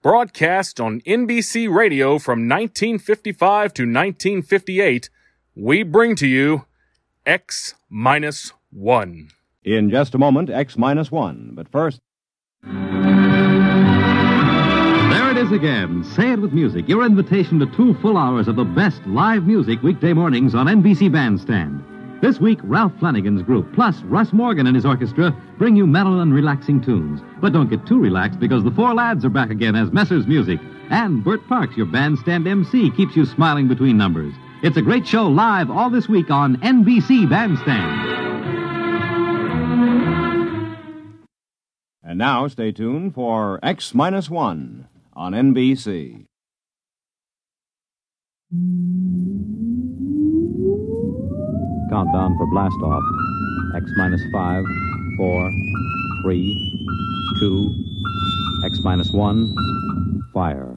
broadcast on NBC Radio from 1955 to 1958, we bring to you X minus one. In just a moment, X minus one. But first. There it is again. Say it with music. Your invitation to two full hours of the best live music weekday mornings on NBC Bandstand. This week, Ralph Flanagan's group, plus Russ Morgan and his orchestra, bring you mellow and relaxing tunes. But don't get too relaxed because the four lads are back again as Messrs. Music. And Bert Parks, your bandstand MC, keeps you smiling between numbers. It's a great show live all this week on NBC Bandstand. And now stay tuned for X minus one on NBC. Countdown for blast off. X minus five, four, three, two, X minus one, fire.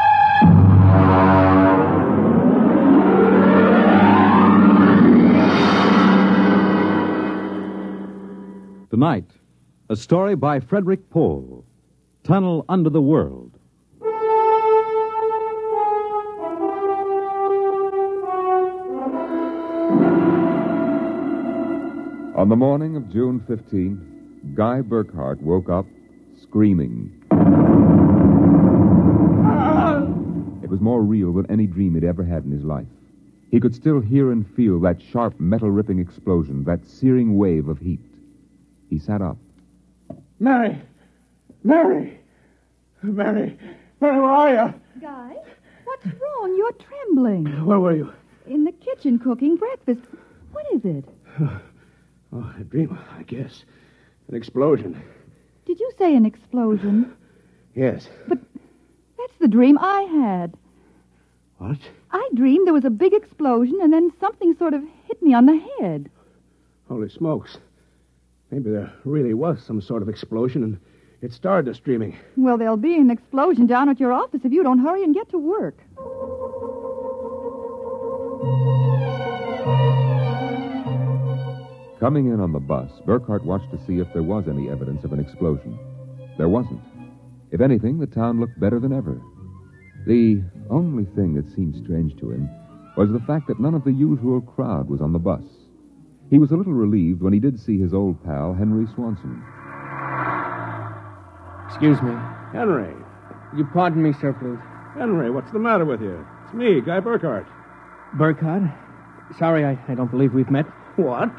Tonight, a story by Frederick Pohl Tunnel Under the World. On the morning of June 15, Guy Burkhart woke up screaming. It was more real than any dream he'd ever had in his life. He could still hear and feel that sharp, metal ripping explosion, that searing wave of heat. He sat up. Mary! Mary! Mary! Mary, where are Guy, what's wrong? You're trembling. you? Where were you? In the kitchen cooking breakfast. What is it? Oh, a dream, I guess. An explosion. Did you say an explosion? Yes. That's the dream I had. What? I dreamed there was a big explosion and then something sort of hit me on the head. Holy smokes. Maybe there really was some sort of explosion, and it started us dreaming. Well, there'll be an explosion down at your office if you don't hurry and get to work. Coming in on the bus, Burkhart watched to see if there was any evidence of an explosion. There wasn't. If anything, the town looked better than ever. The only thing that seemed strange to him was the fact that none of the usual crowd was on the bus. He was a little relieved when he did see his old pal, Henry Swanson. Excuse me. Henry! You pardon me, Surplice. Henry, what's the matter with you? It's me, Guy Burkhardt. Burkhardt? Sorry, I, I don't believe we've met. What?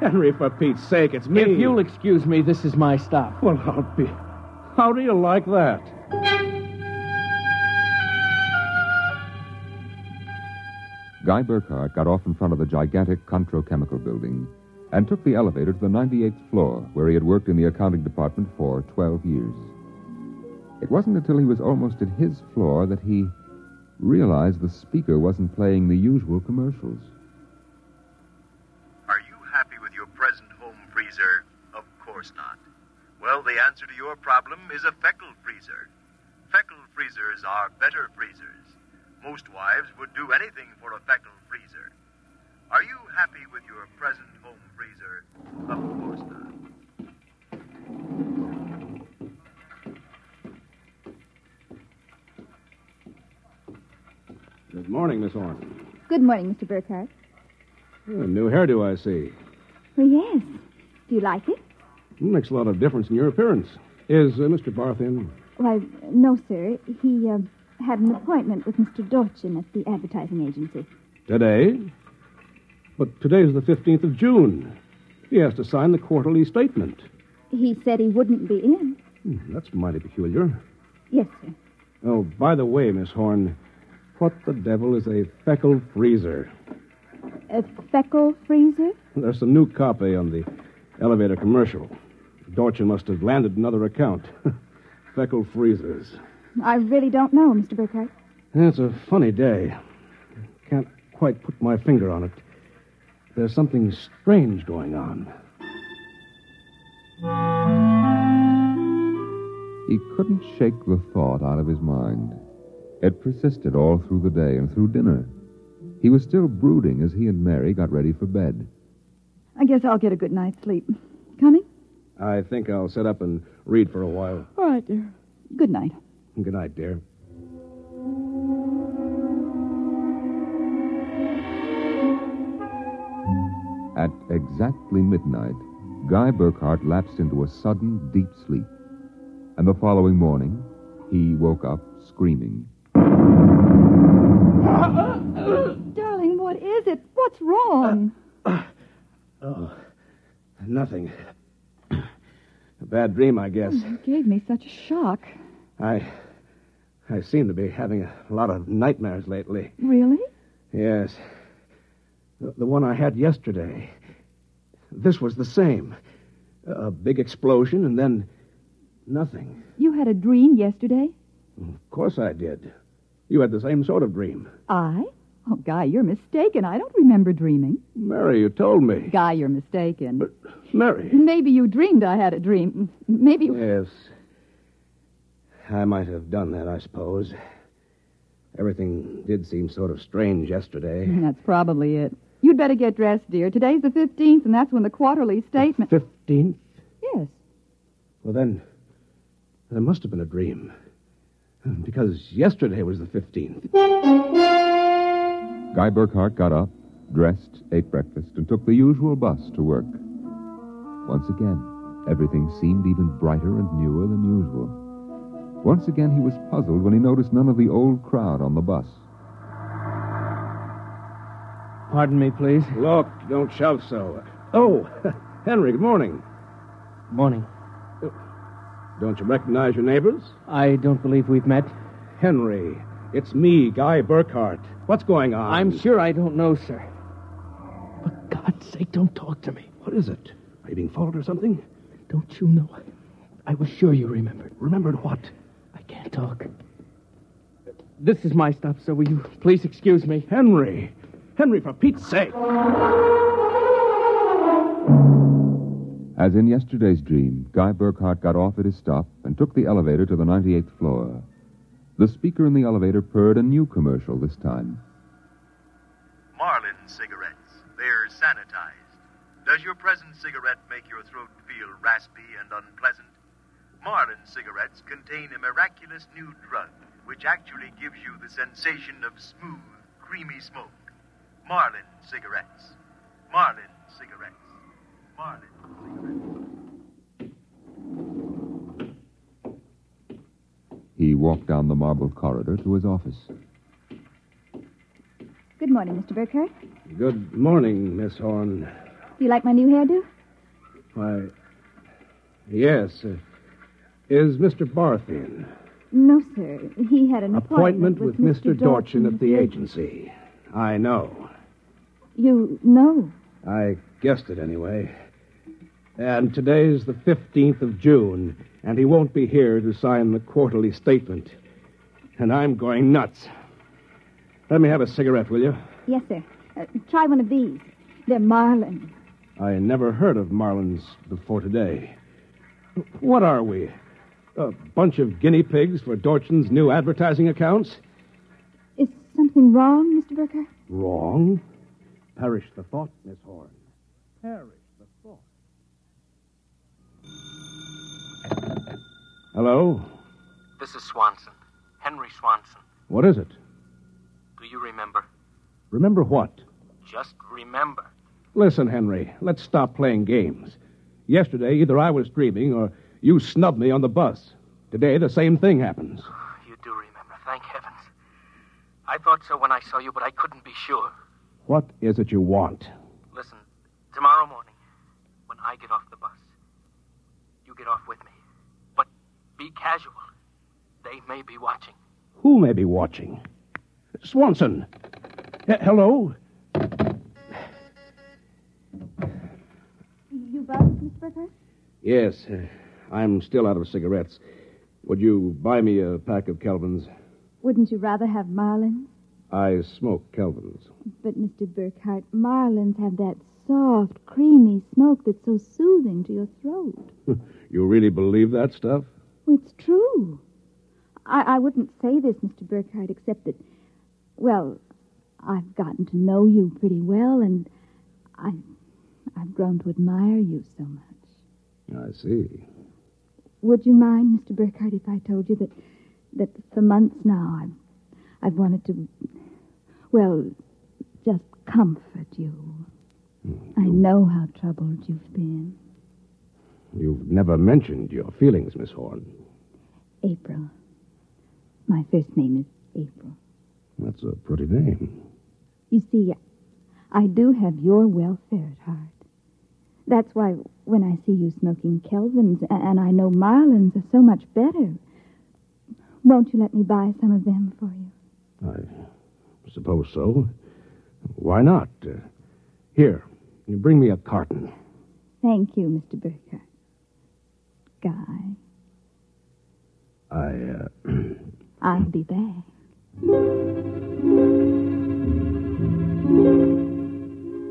Henry, for Pete's sake, it's me. If you'll excuse me, this is my stop. Well, I'll be. How do you like that? Guy Burkhart got off in front of the gigantic Contro Chemical building and took the elevator to the 98th floor, where he had worked in the accounting department for 12 years. It wasn't until he was almost at his floor that he realized the speaker wasn't playing the usual commercials. Are you happy with your present home freezer? Of course not. Well, the answer to your problem is a Feckle freezer. Feckle freezers are better freezers. Most wives would do anything for a Feckle freezer. Are you happy with your present home freezer? Of course not. Good morning, Miss Orne. Good morning, Mr. Burkhart. A new hairdo, I see. Well, Oh, yes. Do you like it? Makes a lot of difference in your appearance. Is uh, Mr. Barth in? Why, no, sir. He uh, had an appointment with Mr. Dorchin at the advertising agency. Today? But today's the 15th of June. He has to sign the quarterly statement. He said he wouldn't be in. Hmm, That's mighty peculiar. Yes, sir. Oh, by the way, Miss Horn, what the devil is a feckled freezer? A feckle freezer? There's some new copy on the elevator commercial. Dorchin must have landed another account. feckled freezers. I really don't know, Mr. Burkhart. It's a funny day. Can't quite put my finger on it. There's something strange going on. He couldn't shake the thought out of his mind. It persisted all through the day and through dinner. He was still brooding as he and Mary got ready for bed. I guess I'll get a good night's sleep. Coming? I think I'll sit up and read for a while. All right, dear. Good night. Good night, dear. At exactly midnight, Guy Burkhart lapsed into a sudden, deep sleep. And the following morning, he woke up screaming. Darling, what is it? What's wrong? Oh, nothing. A bad dream, I guess. You gave me such a shock. I. I seem to be having a lot of nightmares lately. Really? Yes. The, the one I had yesterday. This was the same. A a big explosion and then nothing. You had a dream yesterday? Of course I did. You had the same sort of dream. I? Oh, Guy, you're mistaken. I don't remember dreaming. Mary, you told me. Guy, you're mistaken. But Mary. maybe you dreamed I had a dream. Maybe you. Yes. I might have done that, I suppose. Everything did seem sort of strange yesterday. That's probably it. You'd better get dressed, dear. Today's the 15th, and that's when the quarterly statement. Fifteenth? Yes. Well, then, there must have been a dream. Because yesterday was the 15th. Guy Burkhart got up, dressed, ate breakfast, and took the usual bus to work. Once again, everything seemed even brighter and newer than usual. Once again, he was puzzled when he noticed none of the old crowd on the bus. Pardon me, please. Look, don't shove so. Oh, Henry, good morning. Morning. Don't you recognize your neighbors? I don't believe we've met. Henry, it's me, Guy Burkhart. What's going on? I'm sure I don't know, sir. For God's sake, don't talk to me. What is it? Are you being followed or something? Don't you know? I was sure you remembered. Remembered what? I can't talk. This is my stop, sir. Will you please excuse me? Henry! Henry, for Pete's sake! As in yesterday's dream, Guy Burkhart got off at his stop and took the elevator to the 98th floor. The speaker in the elevator purred a new commercial this time. Marlin cigarettes. They're sanitized. Does your present cigarette make your throat feel raspy and unpleasant? Marlin cigarettes contain a miraculous new drug which actually gives you the sensation of smooth, creamy smoke. Marlin cigarettes. Marlin cigarettes. Marlin cigarettes. He walked down the marble corridor to his office. Good morning, Mr. Burkhart. Good morning, Miss Horn. Do you like my new hairdo? Why, yes. uh, is Mr. Barth in? No, sir. He had an appointment, Appointment with Mr. Dorchin at the agency. I know. You know. I guessed it anyway. And today's the 15th of June, and he won't be here to sign the quarterly statement. And I'm going nuts. Let me have a cigarette, will you? Yes, sir. Uh, try one of these. They're Marlin. I never heard of Marlins before today. What are we? A bunch of guinea pigs for Dorchin's new advertising accounts? Is something wrong, Mr. Burkhart? Wrong. Perish the thought, Miss Horn. Perish the thought. Hello? This is Swanson. Henry Swanson. What is it? Do do you remember? Remember what? Just remember. Listen, Henry, let's stop playing games. Yesterday, either I was dreaming or you snubbed me on the bus. Today, the same thing happens. You do remember, thank heavens. I thought so when I saw you, but I couldn't be sure. What is it you want? Listen, tomorrow morning, when I get off the bus, you get off with me. But be casual. They may be watching. Who may be watching? Swanson. H- hello? You buzzed, Miss Burkhardt? Yes, uh, I'm still out of cigarettes. Would you buy me a pack of Kelvins? Wouldn't you rather have Marlins? I smoke Kelvins. But, Mr. Burkhart, Marlins have that soft, creamy smoke that's so soothing to your throat. You really believe that stuff? Well, It's true. I, I wouldn't say this, Mr. Burkhart, except that, well, I've gotten to know you pretty well, and I, I've grown to admire you so much. I see. Would you mind, Mr. Burkhart, if I told you that, that for months now I've, I've wanted to, well, just comfort you. I know how troubled you've been. You've never mentioned your feelings, Miss Horn. April. My first name is April. That's a pretty name. You see, I do have your welfare at heart. That's why when I see you smoking Kelvins, a- and I know Marlins are so much better, won't you let me buy some of them for you? I suppose so. Why not? Uh, here, you bring me a carton. Thank you, Mr. Burkhart. Guy, I, uh, I'll be back.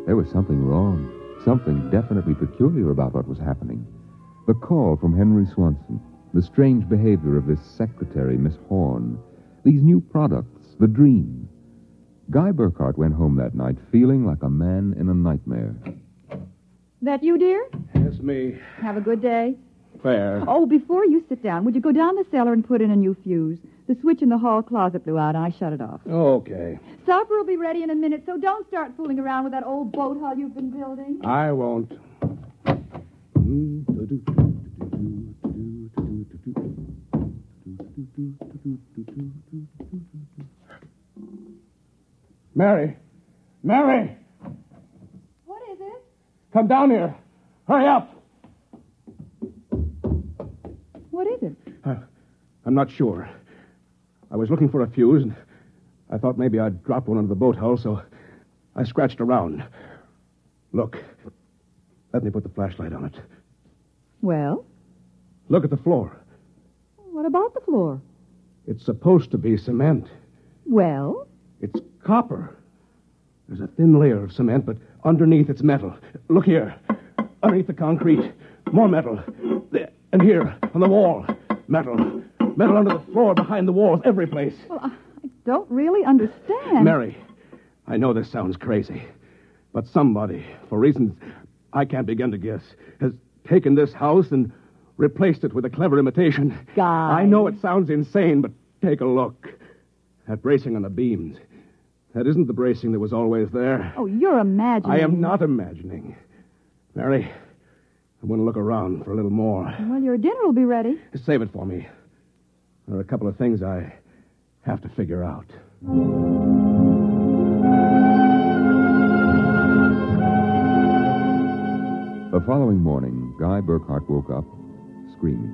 There was something wrong, something definitely peculiar about what was happening. The call from Henry Swanson, the strange behavior of this secretary, Miss Horn, these new products, the dream. Guy Burkhart went home that night feeling like a man in a nightmare. That you, dear? That's me. Have a good day. Claire. Oh, before you sit down, would you go down the cellar and put in a new fuse? The switch in the hall closet blew out, and I shut it off. Okay. Supper will be ready in a minute, so don't start fooling around with that old boat hull you've been building. I won't. Hmm, Mary! Mary! What is it? Come down here! Hurry up! What is it? I'm not sure. I was looking for a fuse, and I thought maybe I'd dropped one under the boat hull, so I scratched around. Look. Let me put the flashlight on it. Well, Look at the floor. what about the floor? It's supposed to be cement. Well, It's copper. There's a thin layer of cement, but underneath it's metal. Look here. Underneath the concrete. More metal. There. And here, on the wall. Metal. Metal under the floor, behind the walls, every place. well, I I don't really understand. Mary, I know this sounds crazy, but somebody, for reasons I can't begin to guess, has taken this house and replaced it with a clever imitation. Guy. I know it sounds insane, but take a look. That bracing on the beams. That isn't the bracing that was always there. Oh, you're imagining. I am not imagining. Mary, I'm going to look around for a little more. Well, your dinner will be ready. Save it for me. There are a couple of things I have to figure out. The following morning, Guy Burkhart woke up screaming.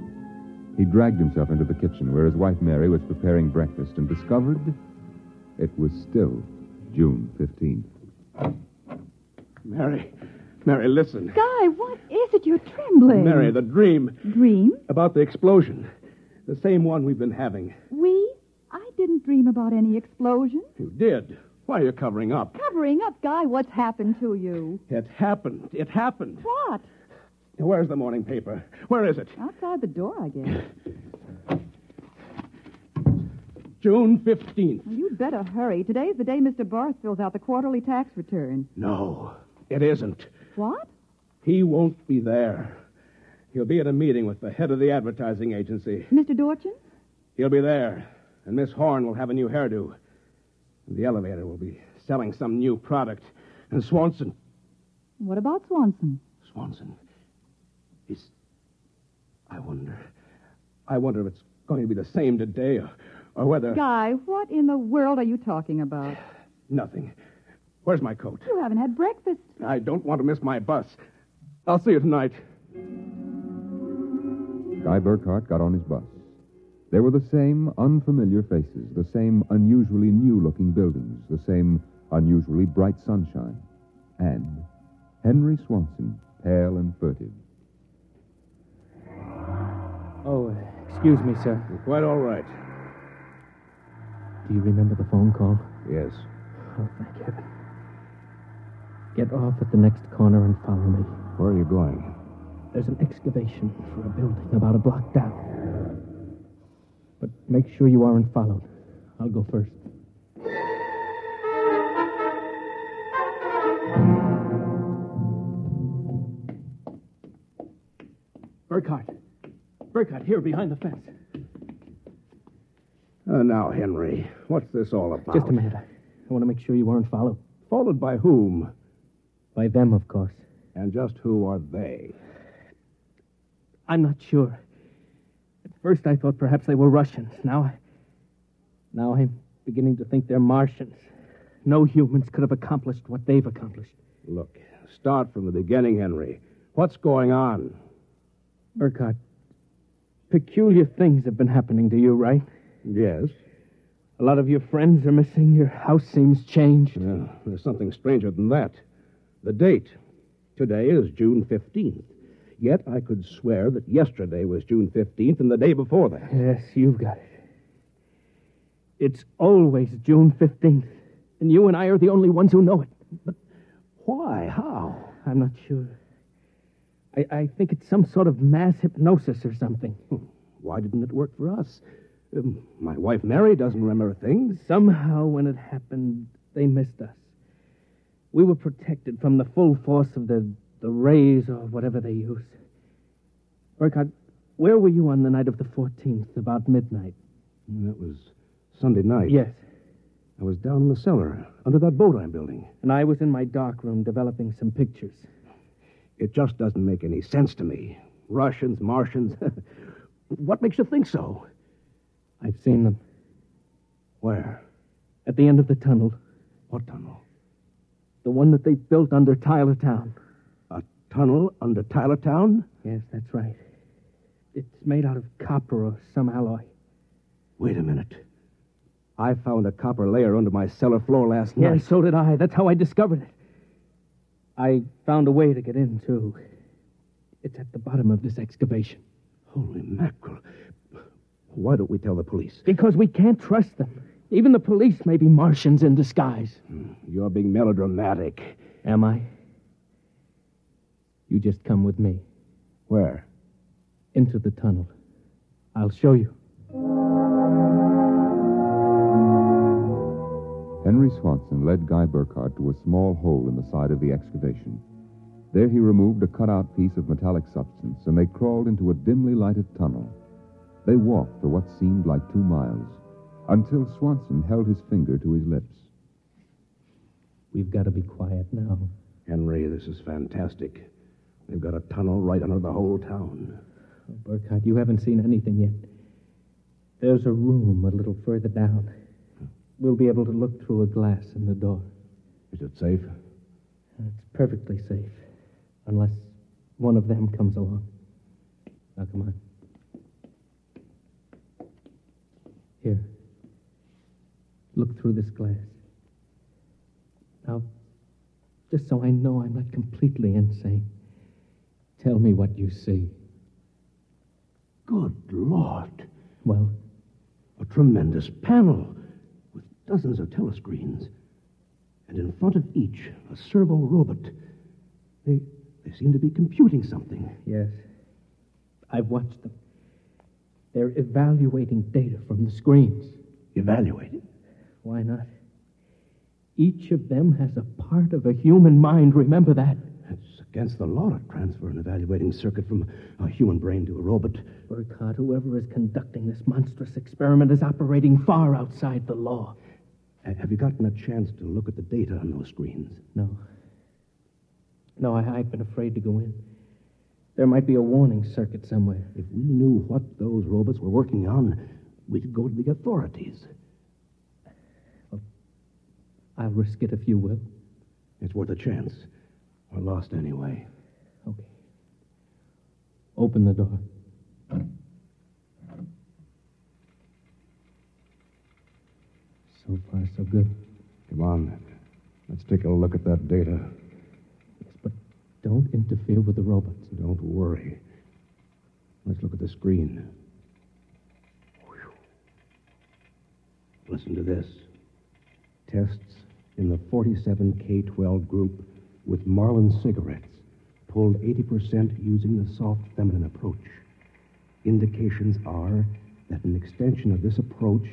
He dragged himself into the kitchen where his wife Mary was preparing breakfast and discovered it was still June 15th. Mary, Mary, listen. Guy, what is it? You're trembling. Mary, the dream Dream? about the explosion. The same one we've been having. We? I didn't dream about any explosion. You did. Why are you covering up? Covering up, Guy, what's happened to you? It happened. It happened. What? Where's the morning paper? Where is it? Outside the door, I guess. June 15th. Well, you'd better hurry. Today's the day Mr. Barth fills out the quarterly tax return. No, it isn't. What? He won't be there. He'll be at a meeting with the head of the advertising agency. Mr. Dorchin? He'll be there, and Miss Horn will have a new hairdo. The elevator will be selling some new product. And Swanson. What about Swanson? Swanson. He's. I wonder. I wonder if it's going to be the same today or, or whether. Guy, what in the world are you talking about? Nothing. Where's my coat? You haven't had breakfast. I don't want to miss my bus. I'll see you tonight. Guy Burkhart got on his bus. There were the same unfamiliar faces, the same unusually new looking buildings, the same unusually bright sunshine. And Henry Swanson, pale and furtive. Oh, excuse me, sir. You're quite all right. Do you remember the phone call? Yes. Oh, thank heaven. Get off at the next corner and follow me. Where are you going? There's an excavation for a building about a block down. But make sure you aren't followed. I'll go first. Burkhardt. Burkhardt, here behind the fence. Uh, now, Henry, what's this all about? Just a minute. I want to make sure you aren't followed. Followed by whom? By them, of course. And just who are they? I'm not sure. At first, I thought perhaps they were Russians. Now, I, now I'm beginning to think they're Martians. No humans could have accomplished what they've accomplished. Look, start from the beginning, Henry. What's going on? Burkhardt, peculiar things have been happening to you, right? Yes. A lot of your friends are missing. Your house seems changed. Yeah, there's something stranger than that. The date. Today is June 15th. Yet I could swear that yesterday was June 15th and the day before that. Yes, you've got it. It's always June 15th, and you and I are the only ones who know it. But why? How? I'm not sure. I, I think it's some sort of mass hypnosis or something. Hmm. Why didn't it work for us? Um, my wife Mary doesn't remember a thing. Somehow, when it happened, they missed us. We were protected from the full force of the, the rays or whatever they use. Burkhardt, where were you on the night of the 14th, about midnight? That was Sunday night. Yes. I was down in the cellar, under that boat I'm building. And I was in my dark room developing some pictures. It just doesn't make any sense to me. Russians, Martians. what makes you think so? I've seen them. Where? At the end of the tunnel. What tunnel? The one that they built under Tyler Town. A tunnel under Tyler Town? Yes, that's right. It's made out of copper or some alloy. Wait a minute. I found a copper layer under my cellar floor last night. Yes, so did I. That's how I discovered it. I found a way to get in, too. It's at the bottom of this excavation. Holy mackerel. Why don't we tell the police? Because we can't trust them. Even the police may be Martians in disguise. Hmm, You're being melodramatic. Am I? You just come with me. Where? Into the tunnel. I'll show you. Henry Swanson led Guy Burkhardt to a small hole in the side of the excavation. There he removed a cut-out piece of metallic substance, and they crawled into a dimly lighted tunnel. They walked for what seemed like two miles, until Swanson held his finger to his lips. We've got to be quiet now. Henry, this is fantastic. They've got a tunnel right under the whole town. Oh, Burkhardt, you haven't seen anything yet. There's a room a little further down. We'll be able to look through a glass in the door. Is it safe? It's perfectly safe, unless one of them comes along. Now, come on. Here. Look through this glass. Now, just so I know I'm not completely insane, tell me what you see. Good Lord. Well, A tremendous panel with dozens of telescreens. And in front of each, a servo robot. They, they seem to be computing something. yes. I've watched them. They're evaluating data from the screens. Evaluating. Why not? Each of them has a part of a human mind, remember that. It's against the law to transfer an evaluating circuit from a human brain to a robot. Burkhardt, whoever is conducting this monstrous experiment is operating far outside the law. Ha- Have you gotten a chance to look at the data on those screens? No. No, I, I've been afraid to go in. There might be a warning circuit somewhere. If we knew what those robots were working on, we'd go to the authorities. I'll risk it if you will. It's worth a chance. We're lost anyway. Okay. Open the door. So far, so good. Come on. Let's take a look at that data. Don't interfere with the robots. Don't worry. Let's look at the screen. Listen to this. Tests in the 47 K 12 group with Marlin cigarettes pulled 80% using the soft feminine approach. Indications are that an extension of this approach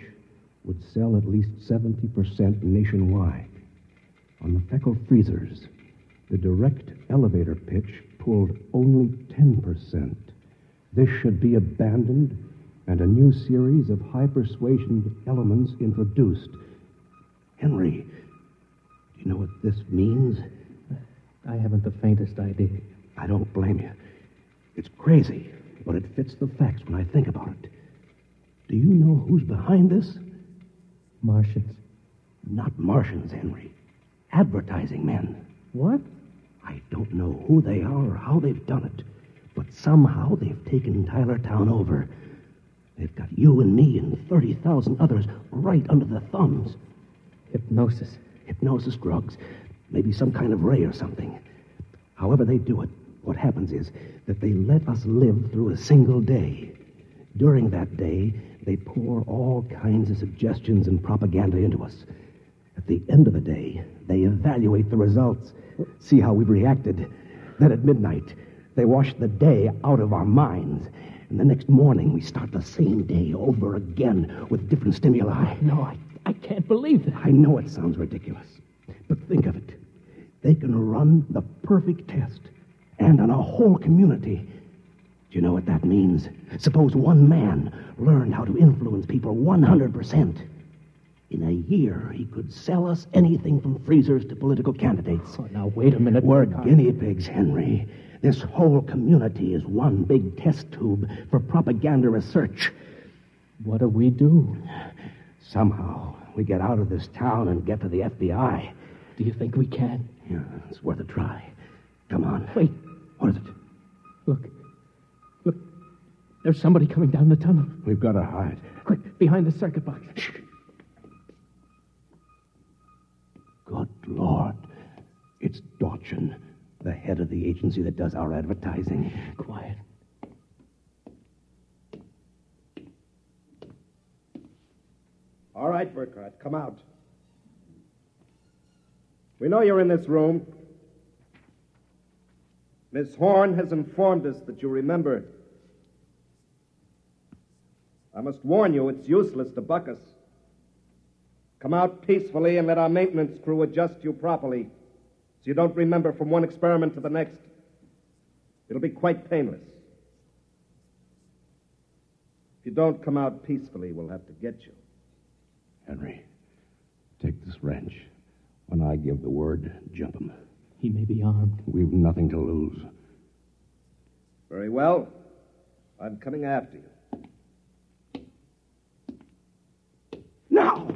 would sell at least 70% nationwide. On the feckle freezers, the direct elevator pitch pulled only 10%. This should be abandoned and a new series of high persuasion elements introduced. Henry, do you know what this means? I haven't the faintest idea. I don't blame you. It's crazy, but it fits the facts when I think about it. Do you know who's behind this? Martians. Not Martians, Henry. Advertising men. What? I don't know who they are or how they've done it, but somehow they've taken Tyler Town over. They've got you and me and 30,000 others right under the thumbs. Hypnosis. Hypnosis drugs. Maybe some kind of ray or something. However, they do it, what happens is that they let us live through a single day. During that day, they pour all kinds of suggestions and propaganda into us. At the end of the day, they evaluate the results, see how we've reacted. Then at midnight, they wash the day out of our minds. And the next morning, we start the same day over again with different stimuli. No, I, I can't believe that. I know it sounds ridiculous, but think of it. They can run the perfect test, and on a whole community. Do you know what that means? Suppose one man learned how to influence people 100%. In a year, he could sell us anything from freezers to political candidates. Oh, now, wait a minute. We're Burkhardt. guinea pigs, Henry. This whole community is one big test tube for propaganda research. What do we do? Somehow, we get out of this town and get to the FBI. Do you think we can? Yeah, it's worth a try. Come on. Wait. What is it? Look. Look. There's somebody coming down the tunnel. We've got to hide. Quick, behind the circuit box. Good Lord. It's Dorchin, the head of the agency that does our advertising. Quiet. All right, Burkhardt, come out. We know you're in this room. Miss Horn has informed us that you remember. I must warn you, it's useless to buck us. Come out peacefully and let our maintenance crew adjust you properly so you don't remember from one experiment to the next. It'll be quite painless. If you don't come out peacefully, we'll have to get you. Henry, take this wrench. When I give the word, jump him. He may be armed. We've nothing to lose. Very well. I'm coming after you. Now!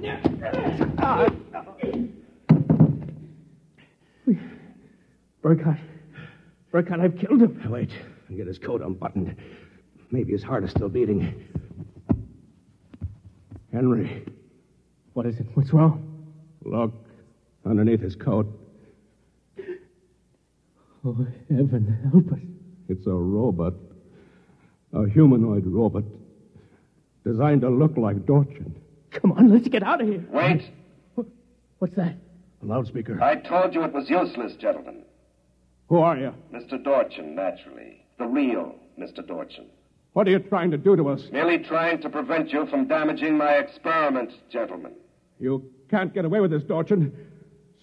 Burkhardt. Burkhardt, I've killed him. Wait, I'll get his coat unbuttoned. Maybe his heart is still beating. Henry, What is it? What's wrong? look underneath his coat. Oh, heaven, help us. It's a robot. A humanoid robot. Designed to look like Dorchin. Come on, let's get out of here. Wait. What's that? A loudspeaker. I told you it was useless, gentlemen. Who are you? Mr. Dorchin, naturally. The real Mr. Dorchin. What are you trying to do to us? Merely trying to prevent you from damaging my experiment, gentlemen. You can't get away with this, Dorchin.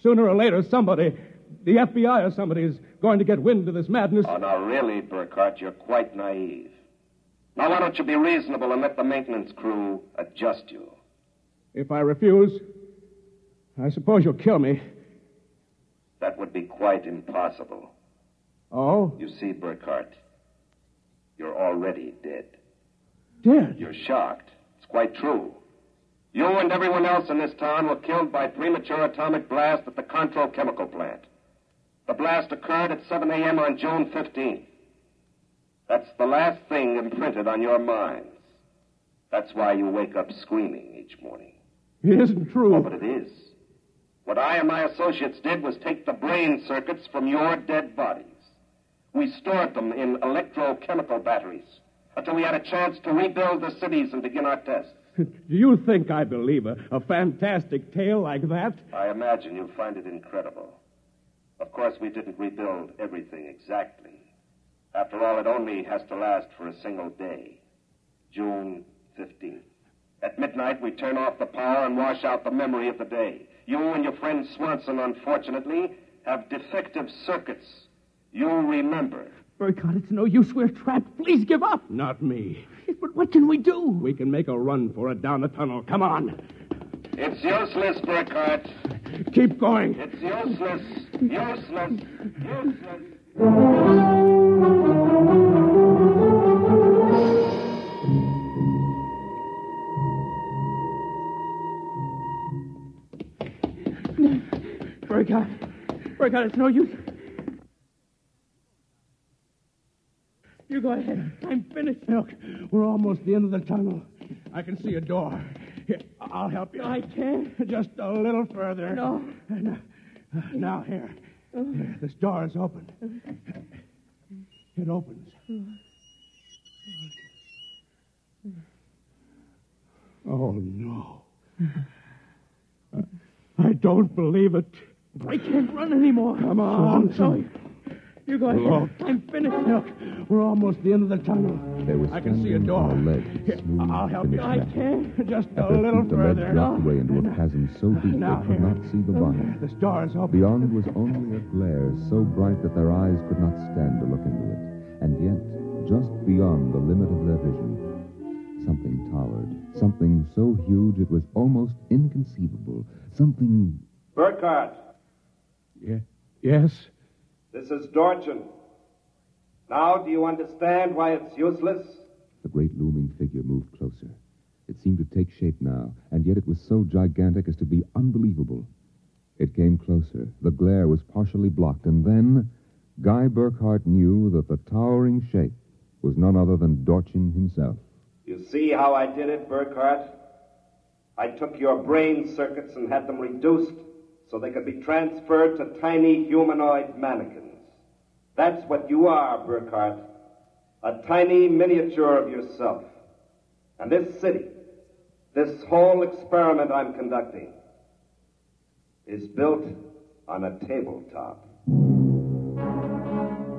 Sooner or later, somebody, the FBI or somebody, is going to get wind of this madness. Oh, now, really, Burkhardt, you're quite naive. Now, why don't you be reasonable and let the maintenance crew adjust you? If I refuse, I suppose you'll kill me. That would be quite impossible. Oh? You see, Burkhart, you're already dead. Dead? You're shocked. It's quite true. You and everyone else in this town were killed by premature atomic blast at the Contro chemical plant. The blast occurred at 7 a.m. on June 15th. That's the last thing imprinted on your minds. That's why you wake up screaming each morning. It isn't true. Oh, but it is. What I and my associates did was take the brain circuits from your dead bodies. We stored them in electrochemical batteries until we had a chance to rebuild the cities and begin our tests. Do you think I believe a, a fantastic tale like that? I imagine you'll find it incredible. Of course, we didn't rebuild everything exactly. After all, it only has to last for a single day June 15th. At midnight, we turn off the power and wash out the memory of the day. You and your friend Swanson, unfortunately, have defective circuits. You'll remember. Burkhardt, it's no use. We're trapped. Please give up. Not me. But what can we do? We can make a run for it down the tunnel. Come on. It's useless, Burkhardt. Keep going. It's useless. Useless. Useless. Burkhardt. Burkhardt, it's no use. You go ahead. I'm finished. Look, we're almost the end of the tunnel. I can see a door. Here, I'll help you. I can. Just a little further. No. Now, now here. here. This door is open. It opens. Oh, no. I don't believe it. I can't run anymore. Come on. Swanson. You go ahead. Look. I'm finished. Look, we're almost the end of the tunnel. They were I can see a standing door. on their legs, Here, smooth, I'll help you. finished back. can. Just At a their little feet, the further. lead dropped away into a chasm so deep Now, they could here. not see the bottom. This door is open. Beyond was only a glare so bright that their eyes could not stand to look into it. And yet, just beyond the limit of their vision, something towered. Something so huge it was almost inconceivable. Something. Burkhardt, Yeah. Yes? this is Dorchin. Now, do you understand why it's useless? The great looming figure moved closer. It seemed to take shape now, and yet it was so gigantic as to be unbelievable. It came closer. The glare was partially blocked, and then Guy Burkhart knew that the towering shape was none other than Dorchin himself. You see how I did it, Burkhardt? I took your brain circuits and had them reduced so they could be transferred to tiny humanoid mannequins. That's what you are, Burkhardt. A tiny miniature of yourself. And this city, this whole experiment I'm conducting, is built on a tabletop.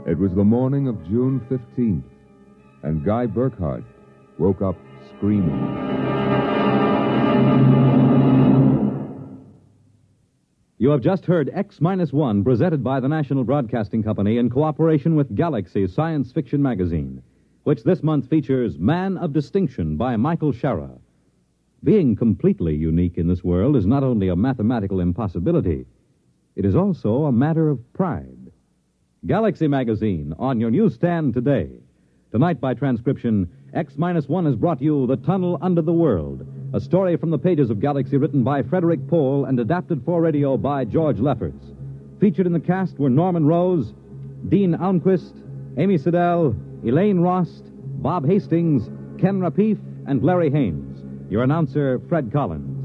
It was the morning of June 15th, and Guy Burkhart woke up screaming. You have just heard X Minus One presented by the National Broadcasting Company in cooperation with Galaxy Science Fiction Magazine, which this month features Man of Distinction by Michael Shara. Being completely unique in this world is not only a mathematical impossibility, it is also a matter of pride. Galaxy Magazine on your newsstand today. Tonight, by transcription, X Minus One has brought you The Tunnel Under the World, a story from the pages of Galaxy written by Frederick Pohl and adapted for radio by George Lefferts. Featured in the cast were Norman Rose, Dean Almquist, Amy Siddell, Elaine Rost, Bob Hastings, Ken Rapif, and Larry Haynes. Your announcer, Fred Collins.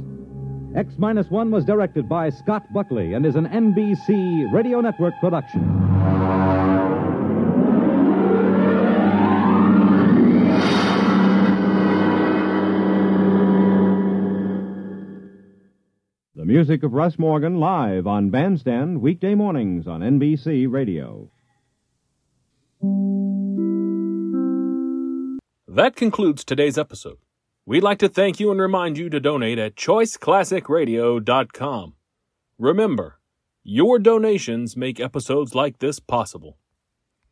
X Minus One was directed by Scott Buckley and is an NBC Radio Network production. The music of Russ Morgan live on Bandstand weekday mornings on NBC Radio. That concludes today's episode. We'd like to thank you and remind you to donate at choiceclassicradio.com. Remember, your donations make episodes like this possible.